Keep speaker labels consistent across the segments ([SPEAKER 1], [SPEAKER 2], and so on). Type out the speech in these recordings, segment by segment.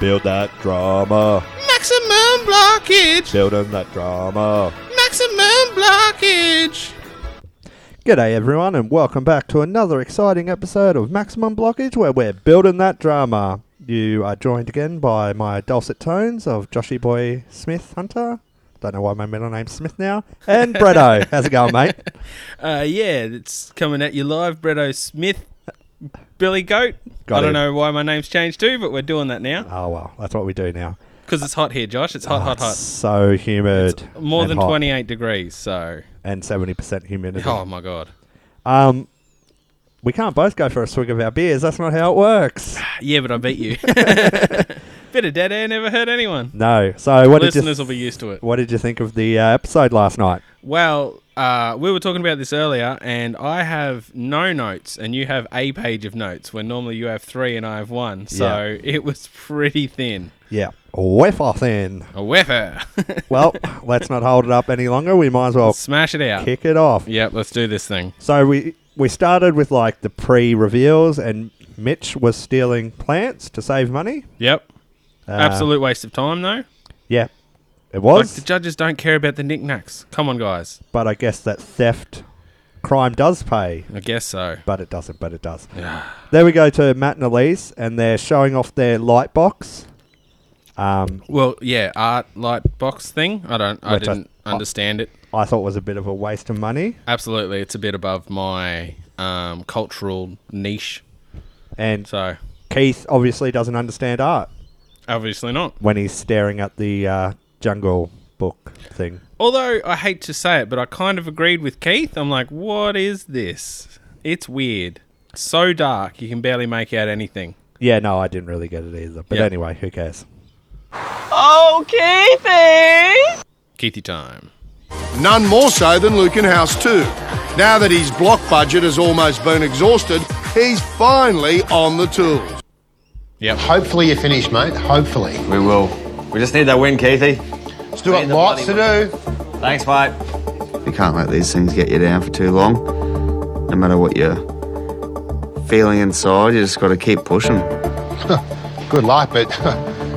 [SPEAKER 1] Build that drama.
[SPEAKER 2] Maximum blockage.
[SPEAKER 1] Build on that drama.
[SPEAKER 2] Maximum blockage.
[SPEAKER 1] G'day everyone, and welcome back to another exciting episode of Maximum Blockage, where we're building that drama. You are joined again by my dulcet tones of Joshy Boy Smith Hunter. Don't know why my middle name's Smith now. And Bretto, how's it going, mate?
[SPEAKER 2] Uh, yeah, it's coming at you live, Bretto Smith, Billy Goat.
[SPEAKER 1] Got
[SPEAKER 2] I don't
[SPEAKER 1] him.
[SPEAKER 2] know why my name's changed too, but we're doing that now
[SPEAKER 1] Oh well, that's what we do now.
[SPEAKER 2] because it's hot here, Josh. It's hot,
[SPEAKER 1] Oh,
[SPEAKER 2] hot,
[SPEAKER 1] it's
[SPEAKER 2] hot.
[SPEAKER 1] So humid.
[SPEAKER 2] More
[SPEAKER 1] and
[SPEAKER 2] than
[SPEAKER 1] hot
[SPEAKER 2] 28 degrees, so
[SPEAKER 1] and seventy percent humidity.
[SPEAKER 2] oh my god.
[SPEAKER 1] Um, we can't both go for a swig of our beers. That's not how it works.
[SPEAKER 2] Yeah, but I beat you. Bit of dead air never hurt anyone.
[SPEAKER 1] No. So what did you?
[SPEAKER 2] Listeners will be used to it.
[SPEAKER 1] what did you think of the uh, episode last night?
[SPEAKER 2] Well, uh, we were talking about this earlier, and I have no notes, and you have a page of notes, when normally you have three and I have one. So it was pretty thin.
[SPEAKER 1] Yeah. Whiff off then.
[SPEAKER 2] A whiffer.
[SPEAKER 1] Well, let's not hold it up any longer. We might as well
[SPEAKER 2] Smash it out.
[SPEAKER 1] kick it off.
[SPEAKER 2] Yep, let's do this thing.
[SPEAKER 1] So we we started with like the pre reveals, and Mitch was stealing plants to save money.
[SPEAKER 2] Yep.
[SPEAKER 1] Uh,
[SPEAKER 2] Absolute waste of time, though.
[SPEAKER 1] Yeah. It
[SPEAKER 2] Like,
[SPEAKER 1] was,
[SPEAKER 2] the judges don't care about the knickknacks. Come on, guys.
[SPEAKER 1] but I guess that theft crime does pay.
[SPEAKER 2] I guess so.
[SPEAKER 1] But it doesn't. But it does.
[SPEAKER 2] Yeah.
[SPEAKER 1] There we go to Matt and Elise, and they're showing off their light box. Um,
[SPEAKER 2] Well, yeah, art light box thing. I don't. I
[SPEAKER 1] Which I-
[SPEAKER 2] didn't understand it.
[SPEAKER 1] I thought was a bit of a waste of money,
[SPEAKER 2] Absolutely, it's a bit above my um, cultural niche.
[SPEAKER 1] and
[SPEAKER 2] So
[SPEAKER 1] Keith obviously doesn't understand art
[SPEAKER 2] obviously not.
[SPEAKER 1] when he's staring at the uh, jungle book thing.
[SPEAKER 2] Although I hate to say it, but I kind of agreed with Keith. I'm like, what is this? It's weird. It's so dark, you can barely make out anything.
[SPEAKER 1] Yeah, no, I didn't really get it either. But
[SPEAKER 2] Yeah.
[SPEAKER 1] anyway, who cares?
[SPEAKER 3] Okay, thanks.
[SPEAKER 2] Keithy time.
[SPEAKER 4] None more so than Lucan House 2. Now that his block budget has almost been exhausted, he's finally on the tools.
[SPEAKER 5] Hopefully you finish, mate. Hopefully.
[SPEAKER 6] We will. We just need that win, Keithy.
[SPEAKER 5] Still got lots to do.
[SPEAKER 6] Thanks, mate.
[SPEAKER 7] You can't let these things get you down for too long. No matter what you're feeling inside, you just got to keep pushing.
[SPEAKER 5] Good luck, but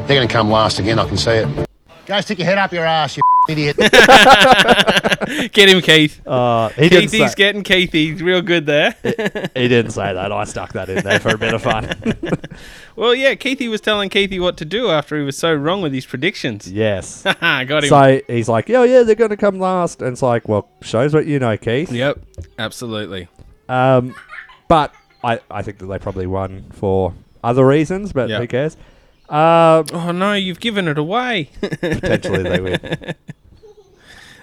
[SPEAKER 5] they're going to come last again. I can see it. Go stick your head up your ass, you idiot.
[SPEAKER 2] Get him, Keith.
[SPEAKER 1] Uh, he, didn't say,
[SPEAKER 2] Keithy's getting Keithy. Real good there.
[SPEAKER 1] he didn't say that. I stuck that in there for a bit of fun.
[SPEAKER 2] well, yeah, Keithy was telling Keithy what to do after he was so wrong with his predictions.
[SPEAKER 1] yes.
[SPEAKER 2] Ah, got him.
[SPEAKER 1] So he's like, "Yeah, yeah, they're going to come last," and it's like, "Well, shows what you know, Keith."
[SPEAKER 2] yep, absolutely.
[SPEAKER 1] Um, but I, I think that they probably won for other reasons, but
[SPEAKER 2] Yeah.
[SPEAKER 1] who cares? Um,
[SPEAKER 2] Oh no, you've given it away.
[SPEAKER 1] potentially they win.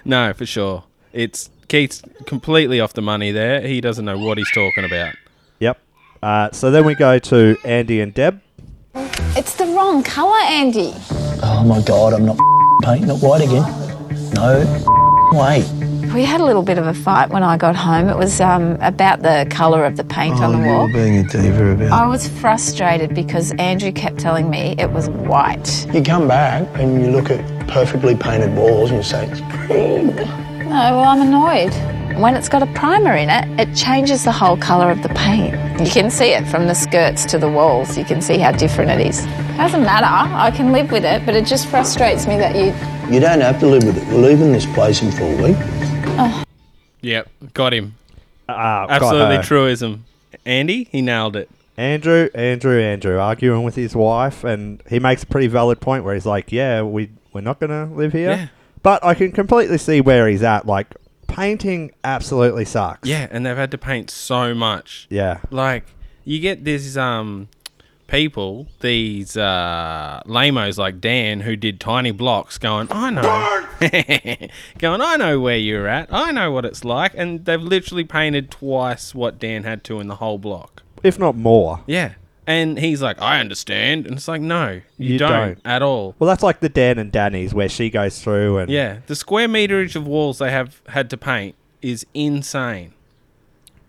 [SPEAKER 2] no, for sure. It's Keith's completely off the money there. He doesn't know what he's talking about.
[SPEAKER 1] Yep. Uh, so then we go to Andy and Deb.
[SPEAKER 8] It's the wrong colour, Andy.
[SPEAKER 9] Oh my god, I'm not painting it white again. No way.
[SPEAKER 8] We had a little bit of a fight when I got home. It was um, about the colour of the paint
[SPEAKER 9] Oh,
[SPEAKER 8] on the wall.
[SPEAKER 9] being a diva about
[SPEAKER 8] I was frustrated because Andrew kept telling me it was white.
[SPEAKER 9] You come back and you look at perfectly painted walls and you say, it's green.
[SPEAKER 8] No, well, I'm annoyed. When it's got a primer in it, it changes the whole colour of the paint. You can see it from the skirts to the walls. You can see how different it is. Doesn't matter. I can live with it, but it just frustrates me that you
[SPEAKER 9] You don't have to live with it. We're leaving this place in four weeks.
[SPEAKER 2] Yep, got him.
[SPEAKER 1] Uh,
[SPEAKER 2] Absolutely
[SPEAKER 1] got, uh,
[SPEAKER 2] truism. Andy, he nailed it.
[SPEAKER 1] Andrew, Andrew, Andrew, arguing with his wife, and he makes a pretty valid point where he's like, "Yeah, we we're not going to live here,"
[SPEAKER 2] Yeah.
[SPEAKER 1] but I can completely see where he's at. Like painting absolutely sucks.
[SPEAKER 2] Yeah, and they've had to paint so much.
[SPEAKER 1] Yeah.
[SPEAKER 2] Like you get these um people, these uh lamos like Dan who did tiny blocks going, I know going, I know where you're at, I know what it's like and they've literally painted twice what Dan had to in the whole block.
[SPEAKER 1] If not more.
[SPEAKER 2] Yeah. And he's like, I understand and it's like, No, you,
[SPEAKER 1] You
[SPEAKER 2] don't,
[SPEAKER 1] don't.
[SPEAKER 2] at all.
[SPEAKER 1] Well, that's like the Dan and Danny's where she goes through and
[SPEAKER 2] Yeah. The square meterage of walls they have had to paint is insane.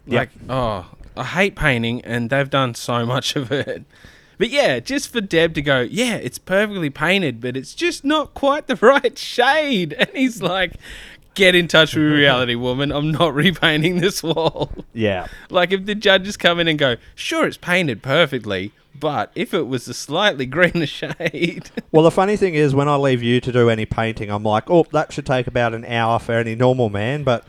[SPEAKER 1] Yeah.
[SPEAKER 2] Like, oh, I hate painting, and they've done so much of it. But yeah, just for Deb to go, yeah, it's perfectly painted, but it's just not quite the right shade. And he's like, Get in touch with reality, woman. I'm not repainting this wall.
[SPEAKER 1] Yeah.
[SPEAKER 2] Like if the judges come in and go, sure, it's painted perfectly, but if it was a slightly greener shade,
[SPEAKER 1] Well, the funny thing is, when I leave you to do any painting, I'm like, oh, that should take about an hour for any normal man, but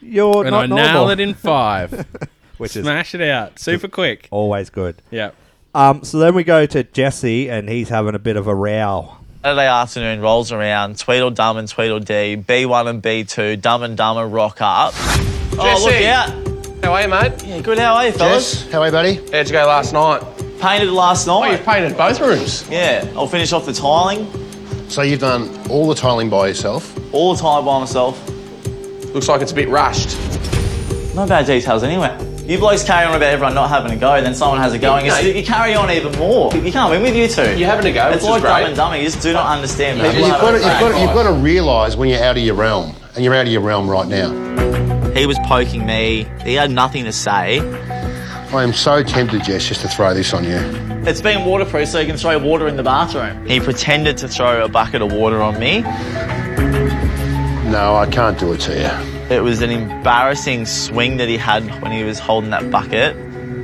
[SPEAKER 1] you're
[SPEAKER 2] and
[SPEAKER 1] not
[SPEAKER 2] I
[SPEAKER 1] normal,
[SPEAKER 2] nail it in five,
[SPEAKER 1] which is
[SPEAKER 2] smash it out, super quick.
[SPEAKER 1] always good.
[SPEAKER 2] Yeah.
[SPEAKER 1] Um, so then we go to Jesse, and he's having a bit of a row.
[SPEAKER 3] Saturday afternoon rolls around, Tweedledum and Tweedledee, B1 and B2, Dumb and Dumber rock up. Oh, look
[SPEAKER 6] Jesse.
[SPEAKER 3] out.
[SPEAKER 6] How are you, mate?
[SPEAKER 3] Yeah, good, how are you, fellas?
[SPEAKER 5] Yes. How are you, buddy?
[SPEAKER 6] How'd you go last night?
[SPEAKER 3] Painted last
[SPEAKER 6] Oh,
[SPEAKER 3] night.
[SPEAKER 6] you've painted both rooms.
[SPEAKER 3] yeah, I'll finish off the tiling,
[SPEAKER 5] So you've done all the tiling by yourself.
[SPEAKER 3] all the time by myself.
[SPEAKER 6] Looks like it's a bit rushed.
[SPEAKER 3] No bad details anyway. You blokes carry on about everyone not having a go, then someone has a go, and
[SPEAKER 6] No.
[SPEAKER 3] you, you carry on even more. You can't win with you two.
[SPEAKER 6] You're having a go,
[SPEAKER 3] It's
[SPEAKER 6] which is
[SPEAKER 3] like Dumb
[SPEAKER 6] great.
[SPEAKER 3] and Dumber, you just do not understand.
[SPEAKER 6] Yeah,
[SPEAKER 3] man.
[SPEAKER 5] You've
[SPEAKER 6] Well,
[SPEAKER 5] got, to, you've,
[SPEAKER 6] that's
[SPEAKER 5] got to,
[SPEAKER 6] right.
[SPEAKER 5] you've got to realise when you're out of your realm, and you're out of your realm right now.
[SPEAKER 3] He was poking me. He had nothing to say.
[SPEAKER 5] I am so tempted, Jess, just to throw this on you.
[SPEAKER 3] It's been waterproof, so you can throw water in the bathroom. He pretended to throw a bucket of water on me.
[SPEAKER 5] No, I can't do it to you.
[SPEAKER 3] It was an embarrassing swing that he had when he was holding that bucket.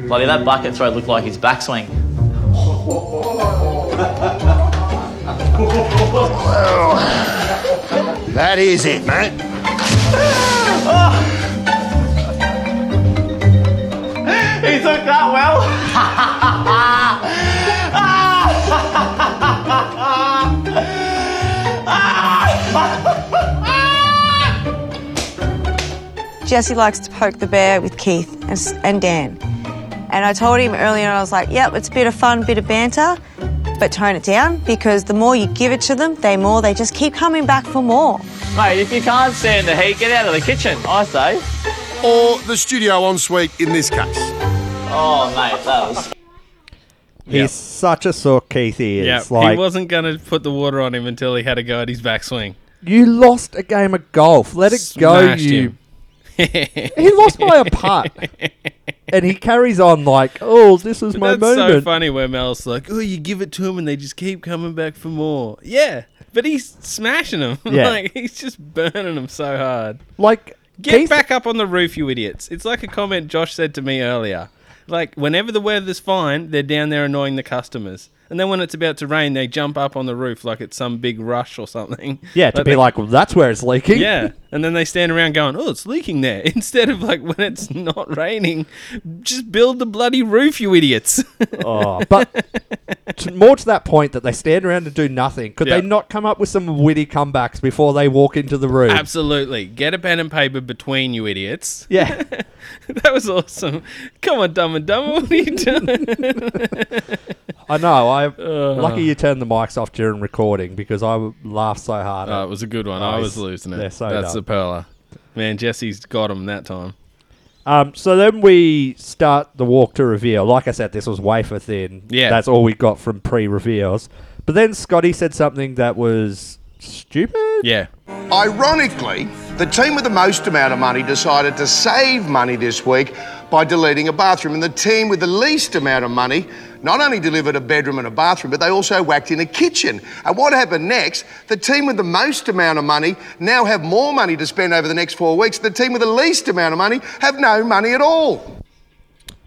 [SPEAKER 3] Bloody, that bucket throw looked like his backswing.
[SPEAKER 5] That is it, mate.
[SPEAKER 3] He took that well.
[SPEAKER 10] Jesse likes to poke the bear with Keith and, s- and Dan. And I told him earlier, I was like, yep, it's a bit of fun, bit of banter, but tone it down because the more you give it to them, they more, they just keep coming back for more.
[SPEAKER 3] Mate, if you can't stand the heat, get out of the kitchen, I say.
[SPEAKER 4] Or the studio ensuite in this case.
[SPEAKER 3] Oh, mate, that was.
[SPEAKER 1] He's such a sore Keith he is.
[SPEAKER 2] Yeah,
[SPEAKER 1] Like,
[SPEAKER 2] he wasn't gonna put the water on him until he had a go at his backswing.
[SPEAKER 1] you lost a game of golf. Let it
[SPEAKER 2] Smashed
[SPEAKER 1] go, you.
[SPEAKER 2] him.
[SPEAKER 1] He lost by a putt. and he carries on like, oh, this is my
[SPEAKER 2] That's so
[SPEAKER 1] moment.
[SPEAKER 2] funny where Mel's like, oh, you give it to him and they just keep coming back for more. Yeah, but he's smashing them.
[SPEAKER 1] Yeah.
[SPEAKER 2] like, he's just burning them so hard.
[SPEAKER 1] like,
[SPEAKER 2] Get
[SPEAKER 1] Keith,
[SPEAKER 2] back up on the roof, you idiots. It's like a comment Josh said to me earlier. Like, whenever the weather's fine, they're down there annoying the customers. And then when it's about to rain, they jump up on the roof like it's some big rush or something.
[SPEAKER 1] Yeah, to be
[SPEAKER 2] they-
[SPEAKER 1] like, well, that's where it's leaking.
[SPEAKER 2] Yeah, and then they stand around going, "Oh, it's leaking there." Instead of like when it's not raining, just build the bloody roof, you idiots.
[SPEAKER 1] Oh, but to, more to that point that they stand around and do nothing. Could
[SPEAKER 2] Yeah.
[SPEAKER 1] they not come up with some witty comebacks before they walk into the room?
[SPEAKER 2] Absolutely, get a pen and paper between you idiots.
[SPEAKER 1] Yeah.
[SPEAKER 2] that was awesome. Come on, Dumb and Dumber, what are you doing?
[SPEAKER 1] I know. I
[SPEAKER 2] Uh.
[SPEAKER 1] lucky you turned the mics off during recording because I w- laughed so hard.
[SPEAKER 2] Oh, it was a good one. I
[SPEAKER 1] Nice.
[SPEAKER 2] was losing it.
[SPEAKER 1] They're so
[SPEAKER 2] That's
[SPEAKER 1] dumb.
[SPEAKER 2] a perler. Man, Jesse's got him that time.
[SPEAKER 1] Um, so then we start the walk to reveal. Like I said, this was wafer thin.
[SPEAKER 2] Yeah.
[SPEAKER 1] that's all we got from pre-reveals. But then Scotty said something that was stupid.
[SPEAKER 2] Yeah.
[SPEAKER 4] Ironically, the team with the most amount of money decided to save money this week by deleting a bathroom, and the team with the least amount of money not only delivered a bedroom and a bathroom, but they also whacked in a kitchen. And what happened next? The team with the most amount of money now have more money to spend over the next four weeks. The team with the least amount of money have no money at all.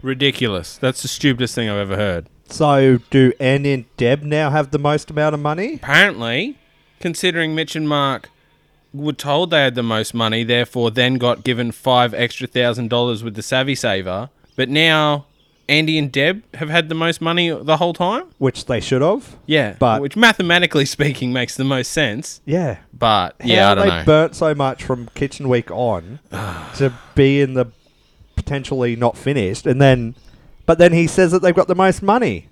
[SPEAKER 2] Ridiculous. That's the stupidest thing I've ever heard.
[SPEAKER 1] So do Andy and Deb now have the most amount of money?
[SPEAKER 2] Apparently, considering Mitch and Mark were told they had the most money, therefore then got given five extra thousand dollars with the Savvy Saver, but now Andy and Deb have had the most money the whole time?
[SPEAKER 1] Which they should have.
[SPEAKER 2] Yeah.
[SPEAKER 1] But-
[SPEAKER 2] which mathematically speaking makes the most sense.
[SPEAKER 1] Yeah.
[SPEAKER 2] But yeah,
[SPEAKER 1] How
[SPEAKER 2] I don't
[SPEAKER 1] they
[SPEAKER 2] know.
[SPEAKER 1] burnt so much from Kitchen Week on to be in the potentially not finished, and then, but then he says that they've got the most money.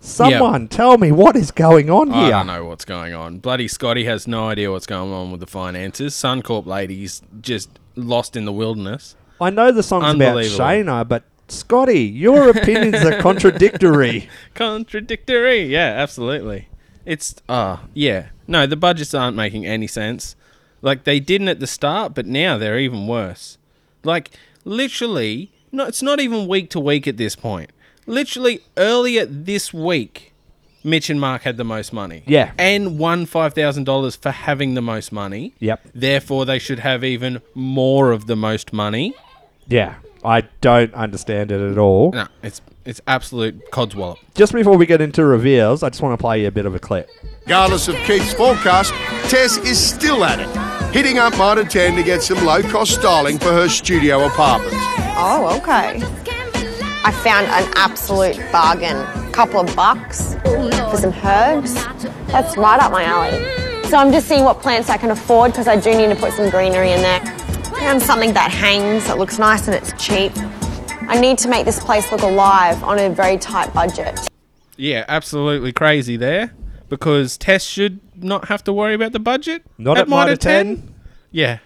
[SPEAKER 1] Someone tell me what is going on
[SPEAKER 2] Hmm. I
[SPEAKER 1] here.
[SPEAKER 2] don't know what's going on. Bloody Scotty has no idea what's going on with the finances. Suncorp lady's just lost in the wilderness.
[SPEAKER 1] I know the song's about
[SPEAKER 2] Unbelievable.
[SPEAKER 1] Shayna, but Scotty, your opinions are contradictory.
[SPEAKER 2] Contradictory. Yeah, absolutely. It's uh yeah. No, the budgets aren't making any sense. Like they didn't at the start, but now they're even worse. Like literally, no, it's not even week to week at this point. Literally earlier this week, Mitch and Mark had the most money.
[SPEAKER 1] Yeah.
[SPEAKER 2] And won $5,000 for having the most money.
[SPEAKER 1] Yep.
[SPEAKER 2] Therefore, they should have even more of the most money.
[SPEAKER 1] Yeah, I don't understand it at all.
[SPEAKER 2] No, it's it's absolute codswallop.
[SPEAKER 1] Just before we get into reveals, I just want to play you a bit of a clip.
[SPEAKER 4] Regardless of Keith's forecast, Tess is still at it, hitting up Mitre 10 to get some low cost styling for her studio apartment.
[SPEAKER 11] Oh, okay. I found an absolute bargain. Couple of bucks for some herbs. That's right up my alley. So I'm just seeing what plants I can afford because I do need to put some greenery in there. Found something that hangs, that looks nice and it's cheap. I need to make this place look alive on a very tight budget.
[SPEAKER 2] Yeah, absolutely crazy there because Tess should not have to worry about the budget.
[SPEAKER 1] Not at
[SPEAKER 2] Mitre
[SPEAKER 1] Mitre 10?
[SPEAKER 2] Yeah.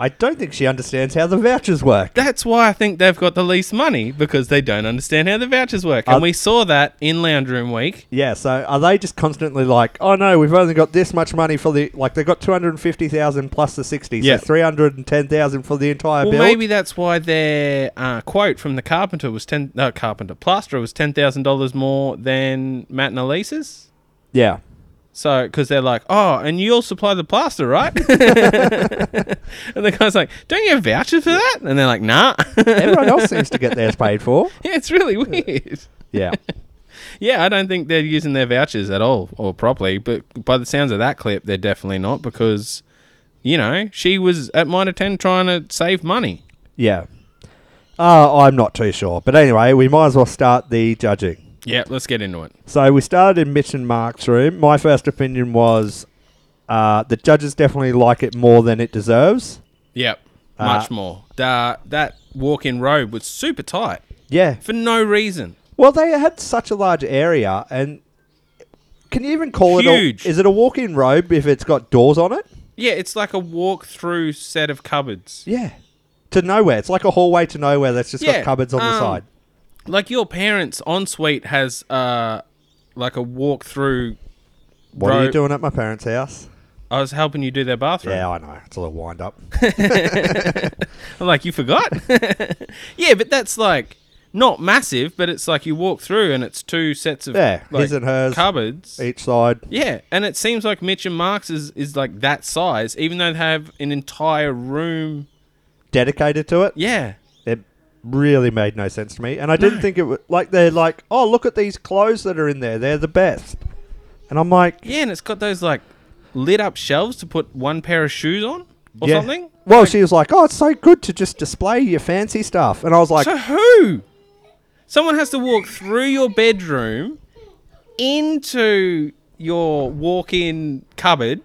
[SPEAKER 1] I don't think she understands how the vouchers work.
[SPEAKER 2] That's why I think they've got the least money because they don't understand how the vouchers work. And
[SPEAKER 1] Are-
[SPEAKER 2] we saw that in Lounge Room Week.
[SPEAKER 1] Yeah, so are they just constantly like, oh no, we've only got this much money for the like they got two hundred and fifty thousand plus the sixty,
[SPEAKER 2] Yeah.
[SPEAKER 1] so three hundred and ten thousand for the entire
[SPEAKER 2] Well,
[SPEAKER 1] bill.
[SPEAKER 2] maybe that's why their uh, quote from the carpenter was ten. No, carpenter plasterer was ten thousand dollars more than Matt and Elise's.
[SPEAKER 1] Yeah.
[SPEAKER 2] So, because they're like, oh, and you'll supply the plaster, right? and the guy's like, don't you have vouchers for that? And they're like, nah.
[SPEAKER 1] Everyone else seems to get theirs paid for.
[SPEAKER 2] Yeah, it's really weird.
[SPEAKER 1] Yeah.
[SPEAKER 2] Yeah, I don't think they're using their vouchers at all or properly. But by the sounds of that clip, they're definitely not because, you know, she was at minor 10 trying to save money.
[SPEAKER 1] Yeah. Uh, I'm not too sure. But anyway, we might as well start the judging.
[SPEAKER 2] Yeah, let's get into it.
[SPEAKER 1] So we started in Mitch and Mark's room. My first opinion was uh, the judges definitely like it more than it deserves.
[SPEAKER 2] Yep,
[SPEAKER 1] Uh,
[SPEAKER 2] much more. Da, that walk in robe was super tight
[SPEAKER 1] Yeah.
[SPEAKER 2] for no reason.
[SPEAKER 1] Well, they had such a large area, and can you even call
[SPEAKER 2] Huge.
[SPEAKER 1] it a, Is it a walk-in robe if it's got doors on it?
[SPEAKER 2] Yeah, it's like a walk through set of cupboards.
[SPEAKER 1] Yeah. To nowhere. It's like a hallway to nowhere that's just got cupboards on the
[SPEAKER 2] um,
[SPEAKER 1] side.
[SPEAKER 2] Like your parents' ensuite has uh, like a walk through.
[SPEAKER 1] What are you doing at my parents' house?
[SPEAKER 2] I was helping you do their bathroom.
[SPEAKER 1] Yeah, I know. It's a little wind up.
[SPEAKER 2] I'm like, you forgot? yeah, but that's like not massive, but it's like you walk through and it's two sets of
[SPEAKER 1] Yeah,
[SPEAKER 2] like,
[SPEAKER 1] his and hers.
[SPEAKER 2] cupboards.
[SPEAKER 1] Each side.
[SPEAKER 2] Yeah, and it seems like Mitch and Mark's is, is like that size, even though they have an entire room.
[SPEAKER 1] dedicated to it.
[SPEAKER 2] Yeah.
[SPEAKER 1] It really made no sense to me. And I didn't think it would, like, they're like, oh, look at these clothes that are in there. They're the best. And I'm like,
[SPEAKER 2] Yeah, and it's got those like lit up shelves to put one pair of shoes on or
[SPEAKER 1] yeah.
[SPEAKER 2] something.
[SPEAKER 1] Well, she was like, oh, it's so good to just display your fancy stuff. And I was like,
[SPEAKER 2] so who? Someone has to walk through your bedroom into your walk-in cupboard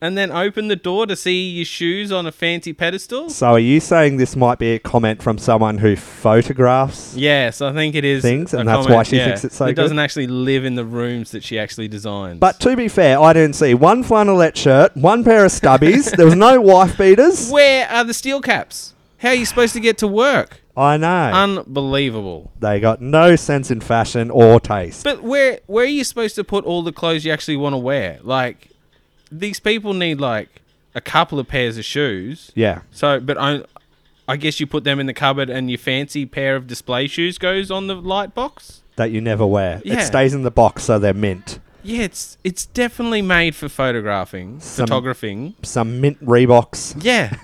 [SPEAKER 2] and then open the door to see your shoes on a fancy pedestal?
[SPEAKER 1] so are you saying this might be a comment from someone who photographs?
[SPEAKER 2] Yes, I think it is.
[SPEAKER 1] Things,
[SPEAKER 2] a
[SPEAKER 1] and that's
[SPEAKER 2] comment,
[SPEAKER 1] why she
[SPEAKER 2] yeah.
[SPEAKER 1] thinks it's so
[SPEAKER 2] It doesn't
[SPEAKER 1] good.
[SPEAKER 2] actually live in the rooms that she actually designs.
[SPEAKER 1] But to be fair, I didn't see one flannelette shirt, one pair of stubbies. there was no wife beaters.
[SPEAKER 2] Where are the steel caps? How are you supposed to get to work?
[SPEAKER 1] I know.
[SPEAKER 2] um, Unbelievable.
[SPEAKER 1] they got no sense in fashion or taste.
[SPEAKER 2] But where where are you supposed to put all the clothes you actually want to wear? Like these people need like a couple of pairs of shoes.
[SPEAKER 1] Yeah.
[SPEAKER 2] So, but I I guess you put them in the cupboard and your fancy pair of display shoes goes on the light box?
[SPEAKER 1] that you never wear.
[SPEAKER 2] Yeah.
[SPEAKER 1] It stays in the box, so they're mint.
[SPEAKER 2] Yeah, it's it's definitely made for photographing, photographing.
[SPEAKER 1] Some mint Reeboks
[SPEAKER 2] Yeah.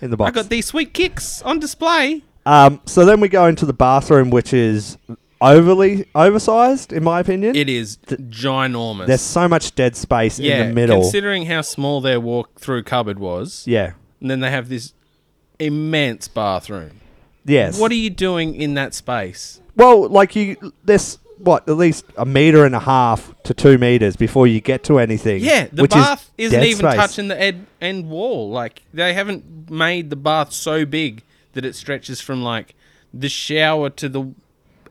[SPEAKER 1] in the
[SPEAKER 2] I
[SPEAKER 1] box.
[SPEAKER 2] got these sweet kicks on display.
[SPEAKER 1] um, so then we go into the bathroom, which is overly oversized, in my opinion.
[SPEAKER 2] It is ginormous.
[SPEAKER 1] There's so much dead space
[SPEAKER 2] yeah,
[SPEAKER 1] in the middle.
[SPEAKER 2] considering how small their walk-through cupboard was.
[SPEAKER 1] yeah.
[SPEAKER 2] And then they have this immense bathroom.
[SPEAKER 1] Yes.
[SPEAKER 2] What are you doing in that space?
[SPEAKER 1] well, like you, there's what at least a meter and a half to two meters before you get to anything.
[SPEAKER 2] Yeah, the
[SPEAKER 1] which
[SPEAKER 2] bath
[SPEAKER 1] is
[SPEAKER 2] isn't
[SPEAKER 1] dead
[SPEAKER 2] even
[SPEAKER 1] space.
[SPEAKER 2] touching the ed- end wall. Like they haven't made the bath so big that it stretches from like the shower to the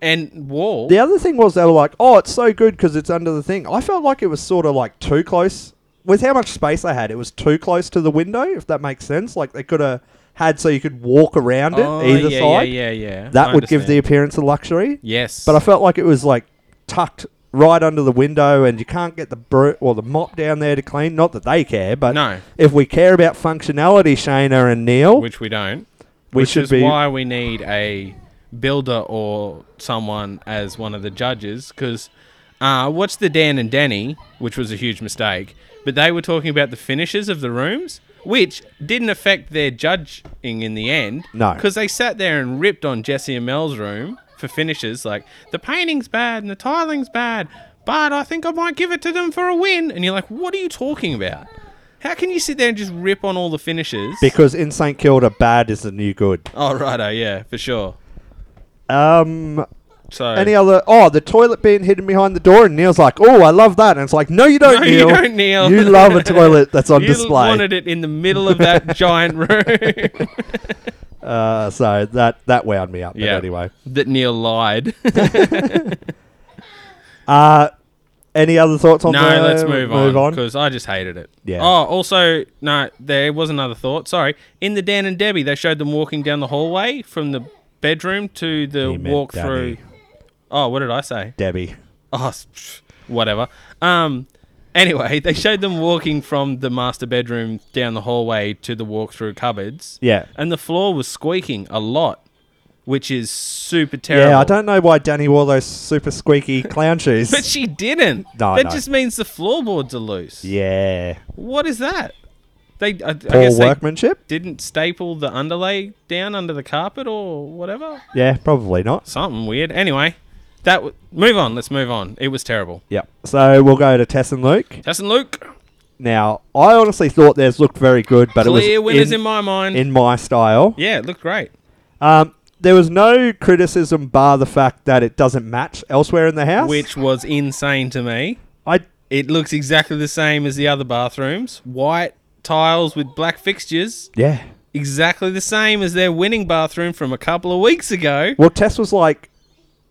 [SPEAKER 2] end wall.
[SPEAKER 1] The other thing was they were like, "Oh, it's so good because it's under the thing." I felt like it was sort of like too close with how much space I had. It was too close to the window, if that makes sense. Like they could have had so you could walk around it
[SPEAKER 2] Oh,
[SPEAKER 1] either
[SPEAKER 2] yeah,
[SPEAKER 1] side.
[SPEAKER 2] yeah, yeah, yeah.
[SPEAKER 1] That
[SPEAKER 2] I
[SPEAKER 1] would give the
[SPEAKER 2] understand.
[SPEAKER 1] appearance of luxury.
[SPEAKER 2] Yes.
[SPEAKER 1] but I felt like it was like tucked right under the window, and you can't get the brute or the mop down there to clean. Not that they care, but
[SPEAKER 2] No.
[SPEAKER 1] if we care about functionality, Shana and Neil,
[SPEAKER 2] which we don't.
[SPEAKER 1] We
[SPEAKER 2] which
[SPEAKER 1] should
[SPEAKER 2] is
[SPEAKER 1] be-
[SPEAKER 2] why we need a builder or someone as one of the judges because Uh, what's the Dan and Danny, which was a huge mistake, but they were talking about the finishes of the rooms, which didn't affect their judging in the end.
[SPEAKER 1] No.
[SPEAKER 2] Because they sat there and ripped on Jesse and Mel's room for finishes, like, the painting's bad and the tiling's bad, but I think I might give it to them for a win. And you're like, what are you talking about? How can you sit there and just rip on all the finishes?
[SPEAKER 1] Because in St Kilda, bad is the new good.
[SPEAKER 2] Oh, righto, yeah, for sure.
[SPEAKER 1] Um,
[SPEAKER 2] So
[SPEAKER 1] any other? Oh, the toilet being hidden behind the door, and Neil's like, "Oh, I love that," and it's like, "No, you don't,
[SPEAKER 2] No, you
[SPEAKER 1] Neil.
[SPEAKER 2] don't, Neil.
[SPEAKER 1] You love a toilet that's on
[SPEAKER 2] you
[SPEAKER 1] display."
[SPEAKER 2] wanted it in the middle of that giant room.
[SPEAKER 1] Uh, so that that wound me up.
[SPEAKER 2] Yeah.
[SPEAKER 1] But anyway,
[SPEAKER 2] that Neil lied.
[SPEAKER 1] uh, any other thoughts
[SPEAKER 2] no,
[SPEAKER 1] on? the-
[SPEAKER 2] let's move, on because I just hated it.
[SPEAKER 1] Yeah.
[SPEAKER 2] Oh, also, no, there was another thought. Sorry, in the Dan and Debbie, they showed them walking down the hallway from the bedroom to the
[SPEAKER 1] meant
[SPEAKER 2] walk through. Oh, what did I say?
[SPEAKER 1] Debbie.
[SPEAKER 2] Oh, s- pff, whatever. Um. Anyway, they showed them walking from the master bedroom down the hallway to the walk-through cupboards.
[SPEAKER 1] Yeah.
[SPEAKER 2] And the floor was squeaking a lot, which is super terrible.
[SPEAKER 1] Yeah, I don't know why Danny wore those super squeaky clown shoes.
[SPEAKER 2] But she didn't.
[SPEAKER 1] No,
[SPEAKER 2] that
[SPEAKER 1] no.
[SPEAKER 2] just means the floorboards are loose.
[SPEAKER 1] yeah,
[SPEAKER 2] What is that? They I, I
[SPEAKER 1] poor
[SPEAKER 2] guess they
[SPEAKER 1] workmanship.
[SPEAKER 2] didn't staple the underlay down under the carpet or whatever.
[SPEAKER 1] Yeah, probably not.
[SPEAKER 2] Something weird. Anyway, that w- move on. Let's move on. It was terrible.
[SPEAKER 1] Yep. So we'll go to Tess and Luke.
[SPEAKER 2] Tess and Luke.
[SPEAKER 1] Now, I honestly thought theirs looked very good, but it
[SPEAKER 2] Clear
[SPEAKER 1] was
[SPEAKER 2] winners in my mind.
[SPEAKER 1] in my style.
[SPEAKER 2] Yeah, it looked great.
[SPEAKER 1] Um, there was no criticism bar the fact that it doesn't match elsewhere in the house.
[SPEAKER 2] Which was insane to me.
[SPEAKER 1] I
[SPEAKER 2] It looks exactly the same as the other bathrooms. White tiles with black fixtures.
[SPEAKER 1] yeah.
[SPEAKER 2] Exactly the same as their winning bathroom from a couple of weeks ago.
[SPEAKER 1] Well, Tess was like,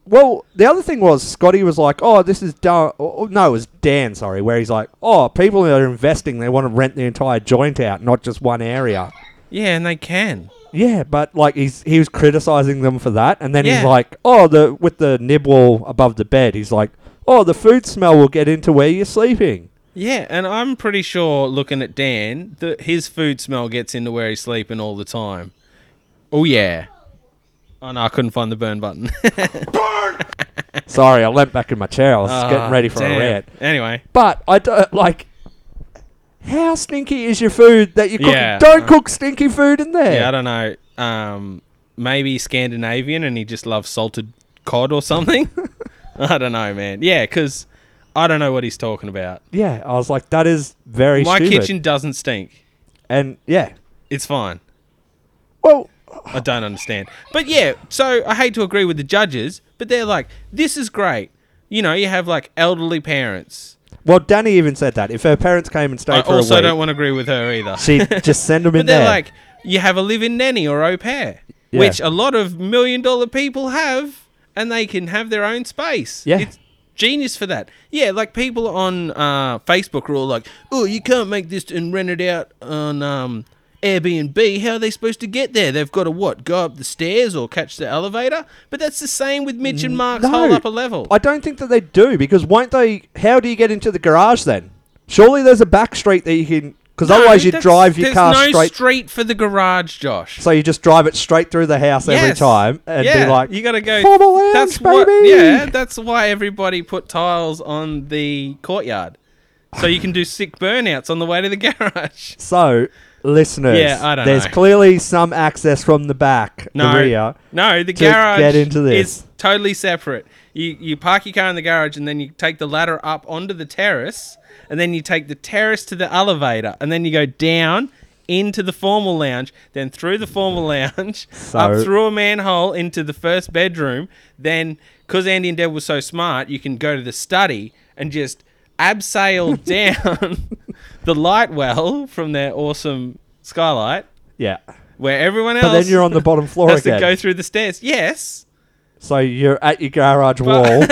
[SPEAKER 1] well, the other thing was Scotty was like, oh, this is Dan. Oh, no, it was Dan. Sorry, where he's like, oh, people that are investing, they want to rent the entire joint out, not just one area.
[SPEAKER 2] Yeah, and they can.
[SPEAKER 1] Yeah, but like he's he was criticizing them for that, and then he's
[SPEAKER 2] Yeah.
[SPEAKER 1] like, oh, the with the nib wall above the bed, he's like, oh, the food smell will get into where you're sleeping.
[SPEAKER 2] Yeah, and I'm pretty sure looking at Dan that his food smell gets into where he's sleeping all the time. Oh yeah. Oh no, I couldn't find the burn button.
[SPEAKER 1] Sorry, I leant back in my chair. I was
[SPEAKER 2] Ah,
[SPEAKER 1] getting ready for
[SPEAKER 2] damn.
[SPEAKER 1] a rant.
[SPEAKER 2] Anyway,
[SPEAKER 1] But I don't like. How stinky is your food that you cook?
[SPEAKER 2] Yeah.
[SPEAKER 1] Don't cook stinky food in there.
[SPEAKER 2] yeah, I don't know. Um, maybe Scandinavian, and he just loves salted cod or something. I don't know, man. Yeah, because I don't know what he's talking about.
[SPEAKER 1] Yeah, I was like, that is very
[SPEAKER 2] My
[SPEAKER 1] stupid.
[SPEAKER 2] kitchen doesn't stink.
[SPEAKER 1] and yeah,
[SPEAKER 2] It's fine.
[SPEAKER 1] Well,
[SPEAKER 2] I don't understand. But yeah, so I hate to agree with the judges, but they're like, this is great. You know, you have like elderly parents.
[SPEAKER 1] well, Danny even said that if her parents came and stayed
[SPEAKER 2] I
[SPEAKER 1] for
[SPEAKER 2] also
[SPEAKER 1] a week,
[SPEAKER 2] don't want to agree with her either.
[SPEAKER 1] she'd just send them in
[SPEAKER 2] but they're
[SPEAKER 1] there.
[SPEAKER 2] like, you have a live in nanny or au pair,
[SPEAKER 1] Yeah.
[SPEAKER 2] which a lot of million dollar people have, and they can have their own space.
[SPEAKER 1] Yeah.
[SPEAKER 2] It's genius for that. Yeah, like people on uh, Facebook are all like, oh, you can't make this and rent it out on um, Airbnb. How are they supposed to get there? They've got to what? Go up the stairs or catch the elevator? But that's the same with Mitch and Mark's whole
[SPEAKER 1] No.
[SPEAKER 2] upper level.
[SPEAKER 1] I don't think that they do because won't they? How do you get into the garage then? Surely there's a back street that you can. Because
[SPEAKER 2] No,
[SPEAKER 1] otherwise, you
[SPEAKER 2] that's-
[SPEAKER 1] drive your
[SPEAKER 2] there's
[SPEAKER 1] car
[SPEAKER 2] no
[SPEAKER 1] straight.
[SPEAKER 2] street for the garage, Josh.
[SPEAKER 1] so you just drive it straight through the house every
[SPEAKER 2] Yes.
[SPEAKER 1] time and
[SPEAKER 2] yeah.
[SPEAKER 1] be like,
[SPEAKER 2] you gotta go.
[SPEAKER 1] "Formal lounge,
[SPEAKER 2] that's What,
[SPEAKER 1] baby!"
[SPEAKER 2] yeah, that's why everybody put tiles on the courtyard, so you can do sick burnouts on the way to the garage.
[SPEAKER 1] So, listeners,
[SPEAKER 2] Yeah, I don't
[SPEAKER 1] there's
[SPEAKER 2] know.
[SPEAKER 1] clearly some access from the back,
[SPEAKER 2] No,
[SPEAKER 1] the rear.
[SPEAKER 2] no, the
[SPEAKER 1] to
[SPEAKER 2] garage
[SPEAKER 1] get into this.
[SPEAKER 2] is totally separate. You you park your car in the garage and then you take the ladder up onto the terrace, and then you take the terrace to the elevator, and then you go down. Into the formal lounge, then through the formal lounge, up
[SPEAKER 1] So-
[SPEAKER 2] through a manhole into the first bedroom. Then, because Andy and Deb were so smart, you can go to the study and just abseil down the light well from their awesome skylight,
[SPEAKER 1] Yeah,
[SPEAKER 2] where everyone else
[SPEAKER 1] but then you're on the bottom floor
[SPEAKER 2] has
[SPEAKER 1] again.
[SPEAKER 2] to go through the stairs. Yes,
[SPEAKER 1] so you're at your garage wall.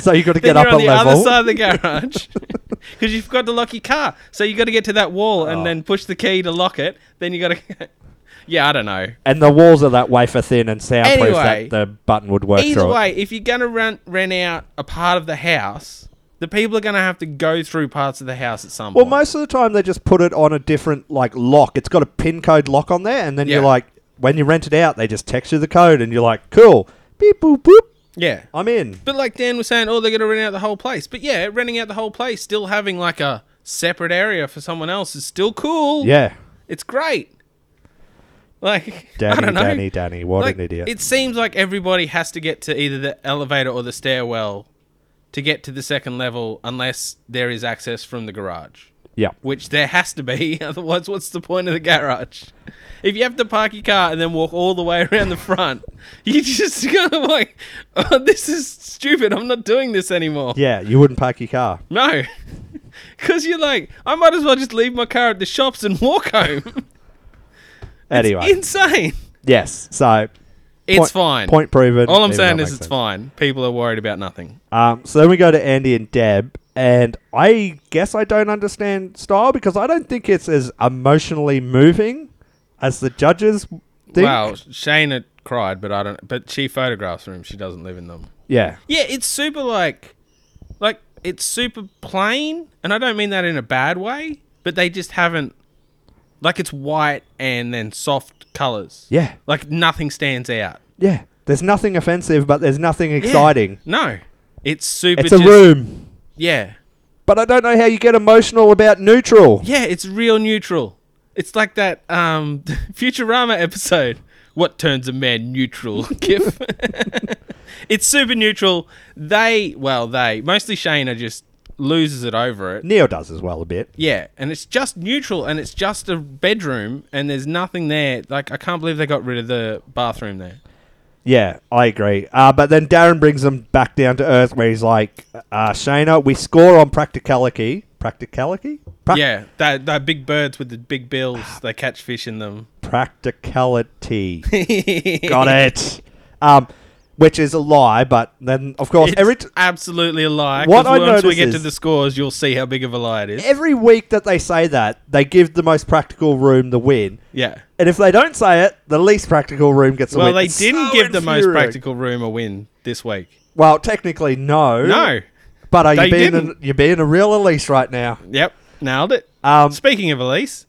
[SPEAKER 1] so you got to
[SPEAKER 2] then
[SPEAKER 1] get up
[SPEAKER 2] you're
[SPEAKER 1] a
[SPEAKER 2] on the
[SPEAKER 1] level.
[SPEAKER 2] other side of the garage because you forgot to lock your car. So you got to get to that wall
[SPEAKER 1] Oh.
[SPEAKER 2] and then push the key to lock it. Then you got to. yeah, I don't know.
[SPEAKER 1] and the walls are that wafer thin and soundproof
[SPEAKER 2] Anyway,
[SPEAKER 1] that the button would work
[SPEAKER 2] Either
[SPEAKER 1] through. it.
[SPEAKER 2] way, if you're gonna rent rent out a part of the house, the people are gonna have to go through parts of the house at some
[SPEAKER 1] Well,
[SPEAKER 2] point.
[SPEAKER 1] most of the time they just put it on a different like lock. It's got a pin code lock on there, and then you're
[SPEAKER 2] Yeah.
[SPEAKER 1] like, when you rent it out, they just text you the code, and you're like, cool, beep boop boop.
[SPEAKER 2] Yeah.
[SPEAKER 1] I'm in.
[SPEAKER 2] But like Dan was saying, oh, they're going to rent out the whole place. But yeah, renting out the whole place, still having like a separate area for someone else is still cool.
[SPEAKER 1] Yeah.
[SPEAKER 2] It's great. Like, I
[SPEAKER 1] Danny,
[SPEAKER 2] don't know.
[SPEAKER 1] Danny, Danny. What
[SPEAKER 2] Like,
[SPEAKER 1] an idiot.
[SPEAKER 2] It seems like everybody has to get to either the elevator or the stairwell to get to the second level unless there is access from the garage.
[SPEAKER 1] Yeah.
[SPEAKER 2] Which there has to be, otherwise what's the point of the garage? If you have to park your car and then walk all the way around the front, you just kind of like, oh, this is stupid. I'm not doing this anymore.
[SPEAKER 1] Yeah, you wouldn't park your car.
[SPEAKER 2] No. Because you're like, I might as well just leave my car at the shops and walk home.
[SPEAKER 1] Anyway.
[SPEAKER 2] Insane.
[SPEAKER 1] yes. So.
[SPEAKER 2] It's
[SPEAKER 1] point-
[SPEAKER 2] fine.
[SPEAKER 1] Point proven.
[SPEAKER 2] All I'm
[SPEAKER 1] even
[SPEAKER 2] saying
[SPEAKER 1] though it
[SPEAKER 2] is
[SPEAKER 1] makes
[SPEAKER 2] it's fine. People are worried about nothing.
[SPEAKER 1] Um, so then we go to Andy and Deb, and I guess I don't understand style because I don't think it's as emotionally moving as the judges think.
[SPEAKER 2] Wow, Shayna cried, but I don't. But she photographs them. She doesn't live in them.
[SPEAKER 1] Yeah.
[SPEAKER 2] Yeah, it's super like, like it's super plain, and I don't mean that in a bad way. But they just haven't, like, it's white and then soft colors.
[SPEAKER 1] Yeah.
[SPEAKER 2] like nothing stands out.
[SPEAKER 1] Yeah. There's nothing offensive, but there's nothing exciting.
[SPEAKER 2] No, it's super.
[SPEAKER 1] It's a
[SPEAKER 2] just-
[SPEAKER 1] room.
[SPEAKER 2] Yeah,
[SPEAKER 1] But I don't know how you get emotional about neutral.
[SPEAKER 2] yeah, it's real neutral. It's like that um Futurama episode. What turns a man neutral? GIF. it's super neutral. They, well, they mostly Shayna just loses it over it.
[SPEAKER 1] Neil does as well a bit.
[SPEAKER 2] Yeah, and it's just neutral, and it's just a bedroom, and there's nothing there. Like I can't believe they got rid of the bathroom there.
[SPEAKER 1] Yeah, I agree. Uh, but then Darren brings them back down to earth where he's like, uh, Shayna, we score on practicality. Practicality? Pra-
[SPEAKER 2] yeah, that that big birds with the big bills,
[SPEAKER 1] Ah.
[SPEAKER 2] they catch fish in them.
[SPEAKER 1] Practicality. Got it. Um, which is a lie, but then, of course,
[SPEAKER 2] It's
[SPEAKER 1] every t-
[SPEAKER 2] absolutely a lie.
[SPEAKER 1] What
[SPEAKER 2] 'cause
[SPEAKER 1] I
[SPEAKER 2] once we
[SPEAKER 1] notice
[SPEAKER 2] get to
[SPEAKER 1] is-
[SPEAKER 2] the scores, you'll see how big of a lie it is.
[SPEAKER 1] every week that they say that, they give the most practical room the win.
[SPEAKER 2] yeah.
[SPEAKER 1] And if they don't say it, the least practical room gets the
[SPEAKER 2] Well,
[SPEAKER 1] win.
[SPEAKER 2] they
[SPEAKER 1] It's
[SPEAKER 2] didn't
[SPEAKER 1] so
[SPEAKER 2] give the most
[SPEAKER 1] infuriating.
[SPEAKER 2] practical room a win this week.
[SPEAKER 1] Well, technically, no.
[SPEAKER 2] No.
[SPEAKER 1] But are
[SPEAKER 2] They
[SPEAKER 1] you being a,
[SPEAKER 2] didn't.
[SPEAKER 1] you're being a real Elise right now?
[SPEAKER 2] Yep, nailed it.
[SPEAKER 1] Um,
[SPEAKER 2] Speaking of Elise,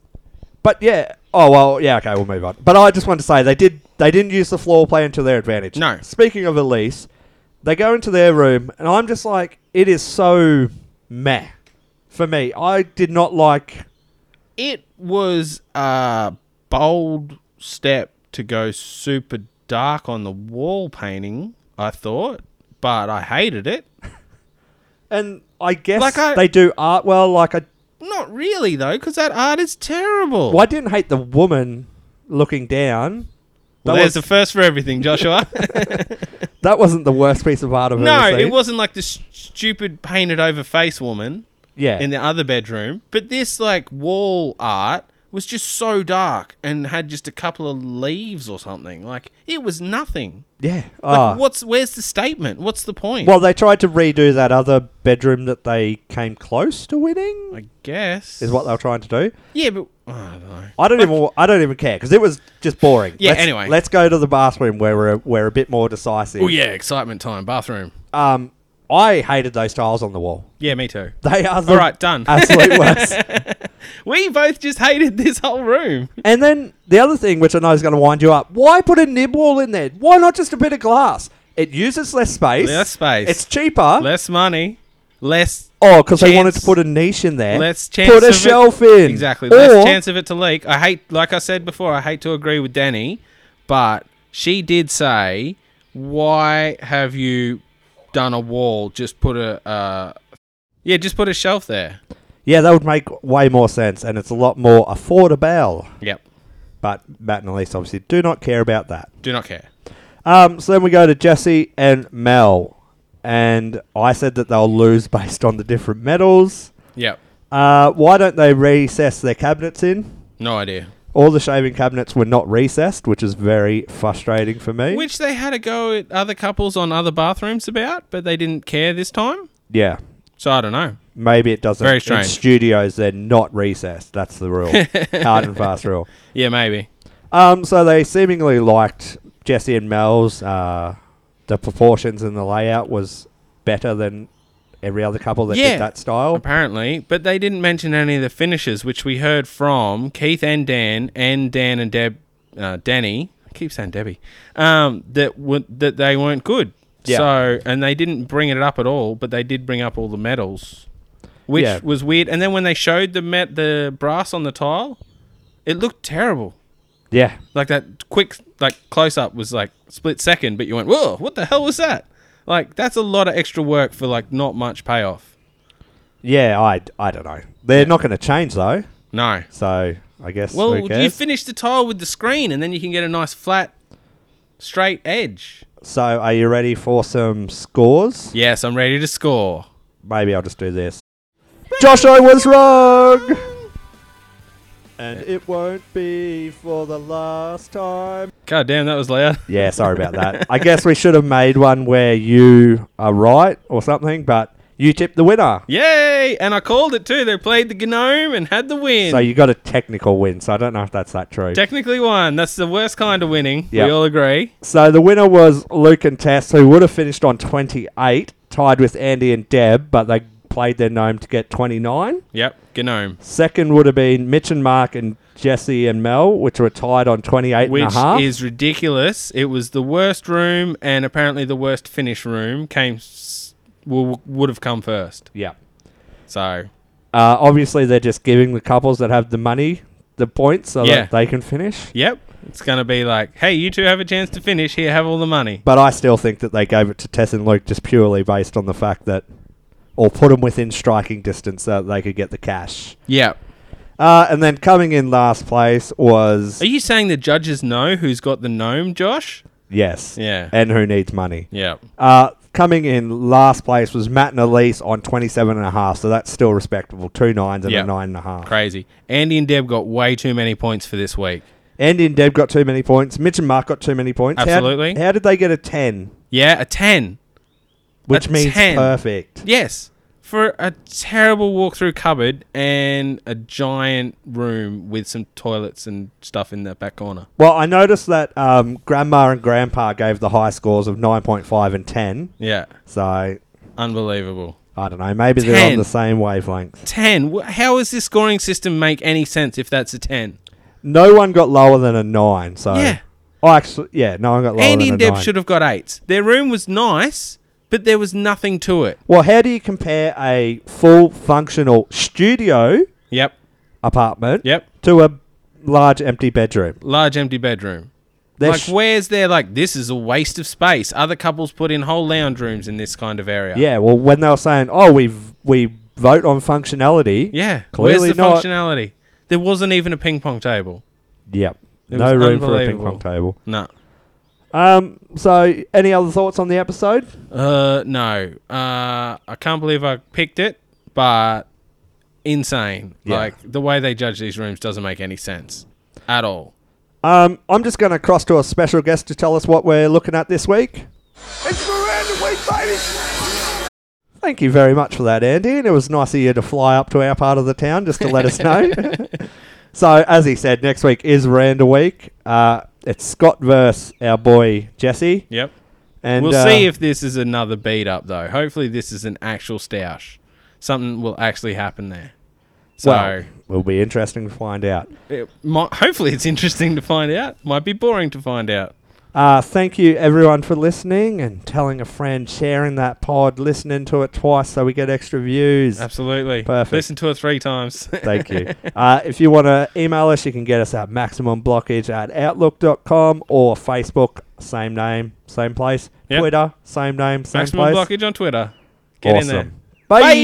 [SPEAKER 1] But yeah. Oh well. Yeah. Okay. We'll move on. But I just wanted to say they did. They didn't use the floor plan to their advantage.
[SPEAKER 2] No.
[SPEAKER 1] Speaking of Elise, they go into their room, and I'm just like, it is so meh for me. I did not like.
[SPEAKER 2] it was a bold step to go super dark on the wall painting, I thought, but I hated it.
[SPEAKER 1] And I guess
[SPEAKER 2] Like I-
[SPEAKER 1] they do art well. Like I,
[SPEAKER 2] Not really, though, because that art is terrible.
[SPEAKER 1] well, I didn't hate the woman looking down. That,
[SPEAKER 2] Well, there's
[SPEAKER 1] was,
[SPEAKER 2] the first for everything, Joshua.
[SPEAKER 1] that wasn't the worst piece of art I've
[SPEAKER 2] no,
[SPEAKER 1] ever seen.
[SPEAKER 2] it wasn't like this stupid painted over face woman.
[SPEAKER 1] Yeah.
[SPEAKER 2] in the other bedroom. But this like wall art was just so dark and had just a couple of leaves or something. Like it was nothing.
[SPEAKER 1] yeah.
[SPEAKER 2] Like,
[SPEAKER 1] Ah.
[SPEAKER 2] what's where's the statement? What's the point?
[SPEAKER 1] Well, they tried to redo that other bedroom that they came close to winning.
[SPEAKER 2] I guess
[SPEAKER 1] Is what they were trying to do.
[SPEAKER 2] Yeah, but oh, I don't know.
[SPEAKER 1] I don't even. wa- I don't even care because it was just boring.
[SPEAKER 2] Yeah,
[SPEAKER 1] Let's-
[SPEAKER 2] anyway.
[SPEAKER 1] let's go to the bathroom where we're we're a bit more decisive.
[SPEAKER 2] Oh yeah, excitement time, bathroom.
[SPEAKER 1] Um, I hated those tiles on the wall.
[SPEAKER 2] Yeah, me too.
[SPEAKER 1] They are the
[SPEAKER 2] All right, done.
[SPEAKER 1] absolute worst.
[SPEAKER 2] we both just hated this whole room.
[SPEAKER 1] And then the other thing, which I know is going to wind you up, why put a nib wall in there? Why not just a bit of glass? It uses less space.
[SPEAKER 2] Less space.
[SPEAKER 1] It's cheaper.
[SPEAKER 2] Less money, less
[SPEAKER 1] oh, because they wanted to
[SPEAKER 2] chance-
[SPEAKER 1] put a niche in there.
[SPEAKER 2] Less chance.
[SPEAKER 1] Eh? Put a
[SPEAKER 2] of it-
[SPEAKER 1] shelf in.
[SPEAKER 2] Exactly.
[SPEAKER 1] Or,
[SPEAKER 2] Less chance of it to leak. I hate, like I said before, I hate to agree with Danny, but she did say, "Why have you done a wall? Just put a, uh, yeah, just put a shelf there."
[SPEAKER 1] Yeah, that would make way more sense, and it's a lot more affordable.
[SPEAKER 2] Yep.
[SPEAKER 1] But Matt and Elise obviously do not care about that.
[SPEAKER 2] Do not care.
[SPEAKER 1] Um, so then we go to Jesse and Mel, and I said that they'll lose based on the different medals.
[SPEAKER 2] Yep.
[SPEAKER 1] Uh, why don't they recess their cabinets in?
[SPEAKER 2] No idea.
[SPEAKER 1] All the shaving cabinets were not recessed, which is very frustrating for me.
[SPEAKER 2] Which they had a go at other couples on other bathrooms about, but they didn't care this time.
[SPEAKER 1] yeah,
[SPEAKER 2] So I don't know.
[SPEAKER 1] maybe it doesn't.
[SPEAKER 2] Very
[SPEAKER 1] In
[SPEAKER 2] strange.
[SPEAKER 1] studios, they're not recessed. That's the rule, hard and fast rule.
[SPEAKER 2] Yeah, maybe.
[SPEAKER 1] Um, so they seemingly liked Jesse and Mel's. Uh, the proportions and the layout was better than every other couple that
[SPEAKER 2] Yeah.
[SPEAKER 1] did that style.
[SPEAKER 2] Apparently, but they didn't mention any of the finishes, which we heard from Keith and Dan and Dan and Deb, uh, Danny. I keep saying Debbie. Um, that w- that they weren't good.
[SPEAKER 1] Yeah.
[SPEAKER 2] So, and they didn't bring it up at all, but they did bring up all the medals, which
[SPEAKER 1] Yeah.
[SPEAKER 2] was weird. And then when they showed the met the brass on the tile, it looked terrible.
[SPEAKER 1] Yeah.
[SPEAKER 2] Like that quick like close up was like split second, but you went, "Whoa, what the hell was that?" Like that's a lot of extra work for like not much payoff.
[SPEAKER 1] Yeah, I, I don't know. They're not going to change though.
[SPEAKER 2] No.
[SPEAKER 1] So I guess.
[SPEAKER 2] Well,
[SPEAKER 1] who
[SPEAKER 2] you
[SPEAKER 1] cares?
[SPEAKER 2] finish the tile with the screen, and then you can get a nice flat, straight edge.
[SPEAKER 1] so are you ready for some scores?
[SPEAKER 2] Yes, I'm ready to score.
[SPEAKER 1] Maybe I'll just do this. Josh, I was wrong. And it won't be for the last time.
[SPEAKER 2] God damn, that was loud.
[SPEAKER 1] Yeah, sorry about that. I guess we should have made one where you are right or something, but you tipped the winner.
[SPEAKER 2] Yay! And I called it too. They played the gnome and had the win.
[SPEAKER 1] So you got a technical win. So I don't know if that's that true.
[SPEAKER 2] technically won. That's the worst kind of winning.
[SPEAKER 1] Yeah.
[SPEAKER 2] We all agree.
[SPEAKER 1] so the winner was Luke and Tess, who would have finished on 28, tied with Andy and Deb, but they played their gnome to get 29.
[SPEAKER 2] Yep, gnome.
[SPEAKER 1] Second would have been Mitch and Mark and Jesse and Mel, which were tied on 28
[SPEAKER 2] Which
[SPEAKER 1] and a half.
[SPEAKER 2] is ridiculous. It was the worst room, and apparently the worst finish room came s- w- would have come first.
[SPEAKER 1] Yeah.
[SPEAKER 2] So
[SPEAKER 1] uh, obviously, they're just giving the couples that have the money the points so
[SPEAKER 2] Yeah.
[SPEAKER 1] that they can finish.
[SPEAKER 2] yep, it's gonna be like, hey, you two have a chance to finish. Here, have all the money.
[SPEAKER 1] But I still think that they gave it to Tess and Luke just purely based on the fact that, or put them within striking distance so that they could get the cash.
[SPEAKER 2] Yep.
[SPEAKER 1] Uh, and then coming in last place was
[SPEAKER 2] Are you saying the judges know who's got the gnome, Josh?
[SPEAKER 1] yes,
[SPEAKER 2] Yeah.
[SPEAKER 1] and who needs money?
[SPEAKER 2] Yep.
[SPEAKER 1] Uh, coming in last place was Matt and Elise on twenty-seven and a half. so that's still respectable. Two nines and
[SPEAKER 2] Yeah.
[SPEAKER 1] a nine and a half.
[SPEAKER 2] Crazy. Andy and Deb got way too many points for this week.
[SPEAKER 1] Andy and Deb got too many points. Mitch and Mark got too many points. How-
[SPEAKER 2] Absolutely.
[SPEAKER 1] How, did they get a 10?
[SPEAKER 2] Yeah, a ten.
[SPEAKER 1] Which
[SPEAKER 2] A
[SPEAKER 1] means
[SPEAKER 2] 10.
[SPEAKER 1] perfect.
[SPEAKER 2] Yes. For a terrible walkthrough cupboard and a giant room with some toilets and stuff in the back corner.
[SPEAKER 1] Well, I noticed that um, Grandma and Grandpa gave the high scores of 9.5 and 10.
[SPEAKER 2] Yeah.
[SPEAKER 1] So, I
[SPEAKER 2] Unbelievable.
[SPEAKER 1] don't know. Maybe they're on
[SPEAKER 2] 10.
[SPEAKER 1] the same wavelength.
[SPEAKER 2] 10. Wh- How does this scoring system make any sense if that's a 10?
[SPEAKER 1] No one got lower than a 9. So,
[SPEAKER 2] Yeah.
[SPEAKER 1] Oh, actually, yeah, no one got lower
[SPEAKER 2] Andy
[SPEAKER 1] than
[SPEAKER 2] and
[SPEAKER 1] a
[SPEAKER 2] Deb
[SPEAKER 1] 9.
[SPEAKER 2] should have got 8s. Their room was nice, but there was nothing to it.
[SPEAKER 1] Well, how do you compare a full functional studio
[SPEAKER 2] Yep.
[SPEAKER 1] apartment
[SPEAKER 2] Yep.
[SPEAKER 1] to a large empty bedroom?
[SPEAKER 2] Large empty bedroom.
[SPEAKER 1] They're
[SPEAKER 2] like,
[SPEAKER 1] sh-
[SPEAKER 2] where's their, like, this is a waste of space? Other couples put in whole lounge rooms in this kind of area.
[SPEAKER 1] Yeah, well, when they were saying, oh, we we vote on functionality.
[SPEAKER 2] Yeah.
[SPEAKER 1] Clearly
[SPEAKER 2] Where's the
[SPEAKER 1] not.
[SPEAKER 2] functionality? There wasn't even a ping pong table.
[SPEAKER 1] Yep.
[SPEAKER 2] It
[SPEAKER 1] no
[SPEAKER 2] was
[SPEAKER 1] room for a ping
[SPEAKER 2] unbelievable.
[SPEAKER 1] pong table.
[SPEAKER 2] No.
[SPEAKER 1] Um. So, any other thoughts on the episode?
[SPEAKER 2] Uh, no. Uh, I can't believe I picked it, but insane.
[SPEAKER 1] Yeah.
[SPEAKER 2] Like the way they judge these rooms doesn't make any sense at all.
[SPEAKER 1] Um, I'm just going to cross to a special guest to tell us what we're looking at this week.
[SPEAKER 4] It's Miranda Week, baby!
[SPEAKER 1] Thank you very much for that, Andy. And it was nice of you to fly up to our part of the town just to let us know. so, as he said, next week is Randa Week. Uh, it's Scott versus our boy Jesse.
[SPEAKER 2] Yep.
[SPEAKER 1] And
[SPEAKER 2] we'll
[SPEAKER 1] uh,
[SPEAKER 2] see if this is another beat up though. Hopefully, this is an actual stoush. Something will actually happen there. So
[SPEAKER 1] well, will be interesting to find out.
[SPEAKER 2] it might, hopefully, it's interesting to find out. Might be boring to find out.
[SPEAKER 1] Uh, thank you, everyone, for listening and telling a friend, sharing that pod, listening to it twice so we get extra views.
[SPEAKER 2] Absolutely.
[SPEAKER 1] Perfect.
[SPEAKER 2] Listen to it three times.
[SPEAKER 1] Thank you. Uh, if you want to email us, you can get us at maximumblockage at outlook.com or Facebook, same name, same place.
[SPEAKER 2] Yep.
[SPEAKER 1] Twitter, same name, same
[SPEAKER 2] Maximum
[SPEAKER 1] place.
[SPEAKER 2] blockage on Twitter. Get
[SPEAKER 1] awesome.
[SPEAKER 2] in there.
[SPEAKER 1] Bye.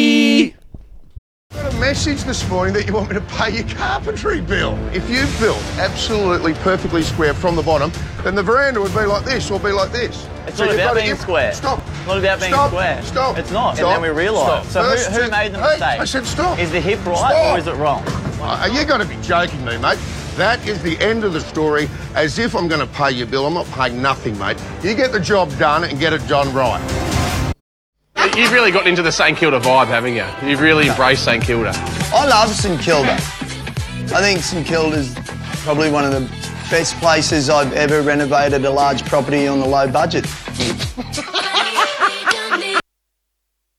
[SPEAKER 4] got a message this morning that you want me to pay your carpentry bill. If you built absolutely perfectly square from the bottom, then the veranda would be like this or be like this.
[SPEAKER 3] It's
[SPEAKER 4] So
[SPEAKER 3] not
[SPEAKER 4] you've
[SPEAKER 3] about
[SPEAKER 4] gotta
[SPEAKER 3] being
[SPEAKER 4] im-
[SPEAKER 3] square.
[SPEAKER 4] Stop.
[SPEAKER 3] It's not about being
[SPEAKER 4] Stop.
[SPEAKER 3] square.
[SPEAKER 4] Stop.
[SPEAKER 3] It's not.
[SPEAKER 4] Stop.
[SPEAKER 3] And then we realise. So
[SPEAKER 4] Stop. First
[SPEAKER 3] who, who
[SPEAKER 4] two-
[SPEAKER 3] made the
[SPEAKER 4] Hey,
[SPEAKER 3] mistake?
[SPEAKER 4] I said stop.
[SPEAKER 3] Is the hip right
[SPEAKER 4] Stop.
[SPEAKER 3] or is it wrong?
[SPEAKER 4] Uh, you got to be joking me, mate. That is the end of the story. As if I'm going to pay your bill. I'm not paying nothing, mate. You get the job done and get it done right.
[SPEAKER 6] You've really got into the St Kilda vibe, haven't you? You've really embraced St Kilda.
[SPEAKER 12] I love St Kilda. I think St Kilda's probably one of the best places I've ever renovated a large property on a low budget.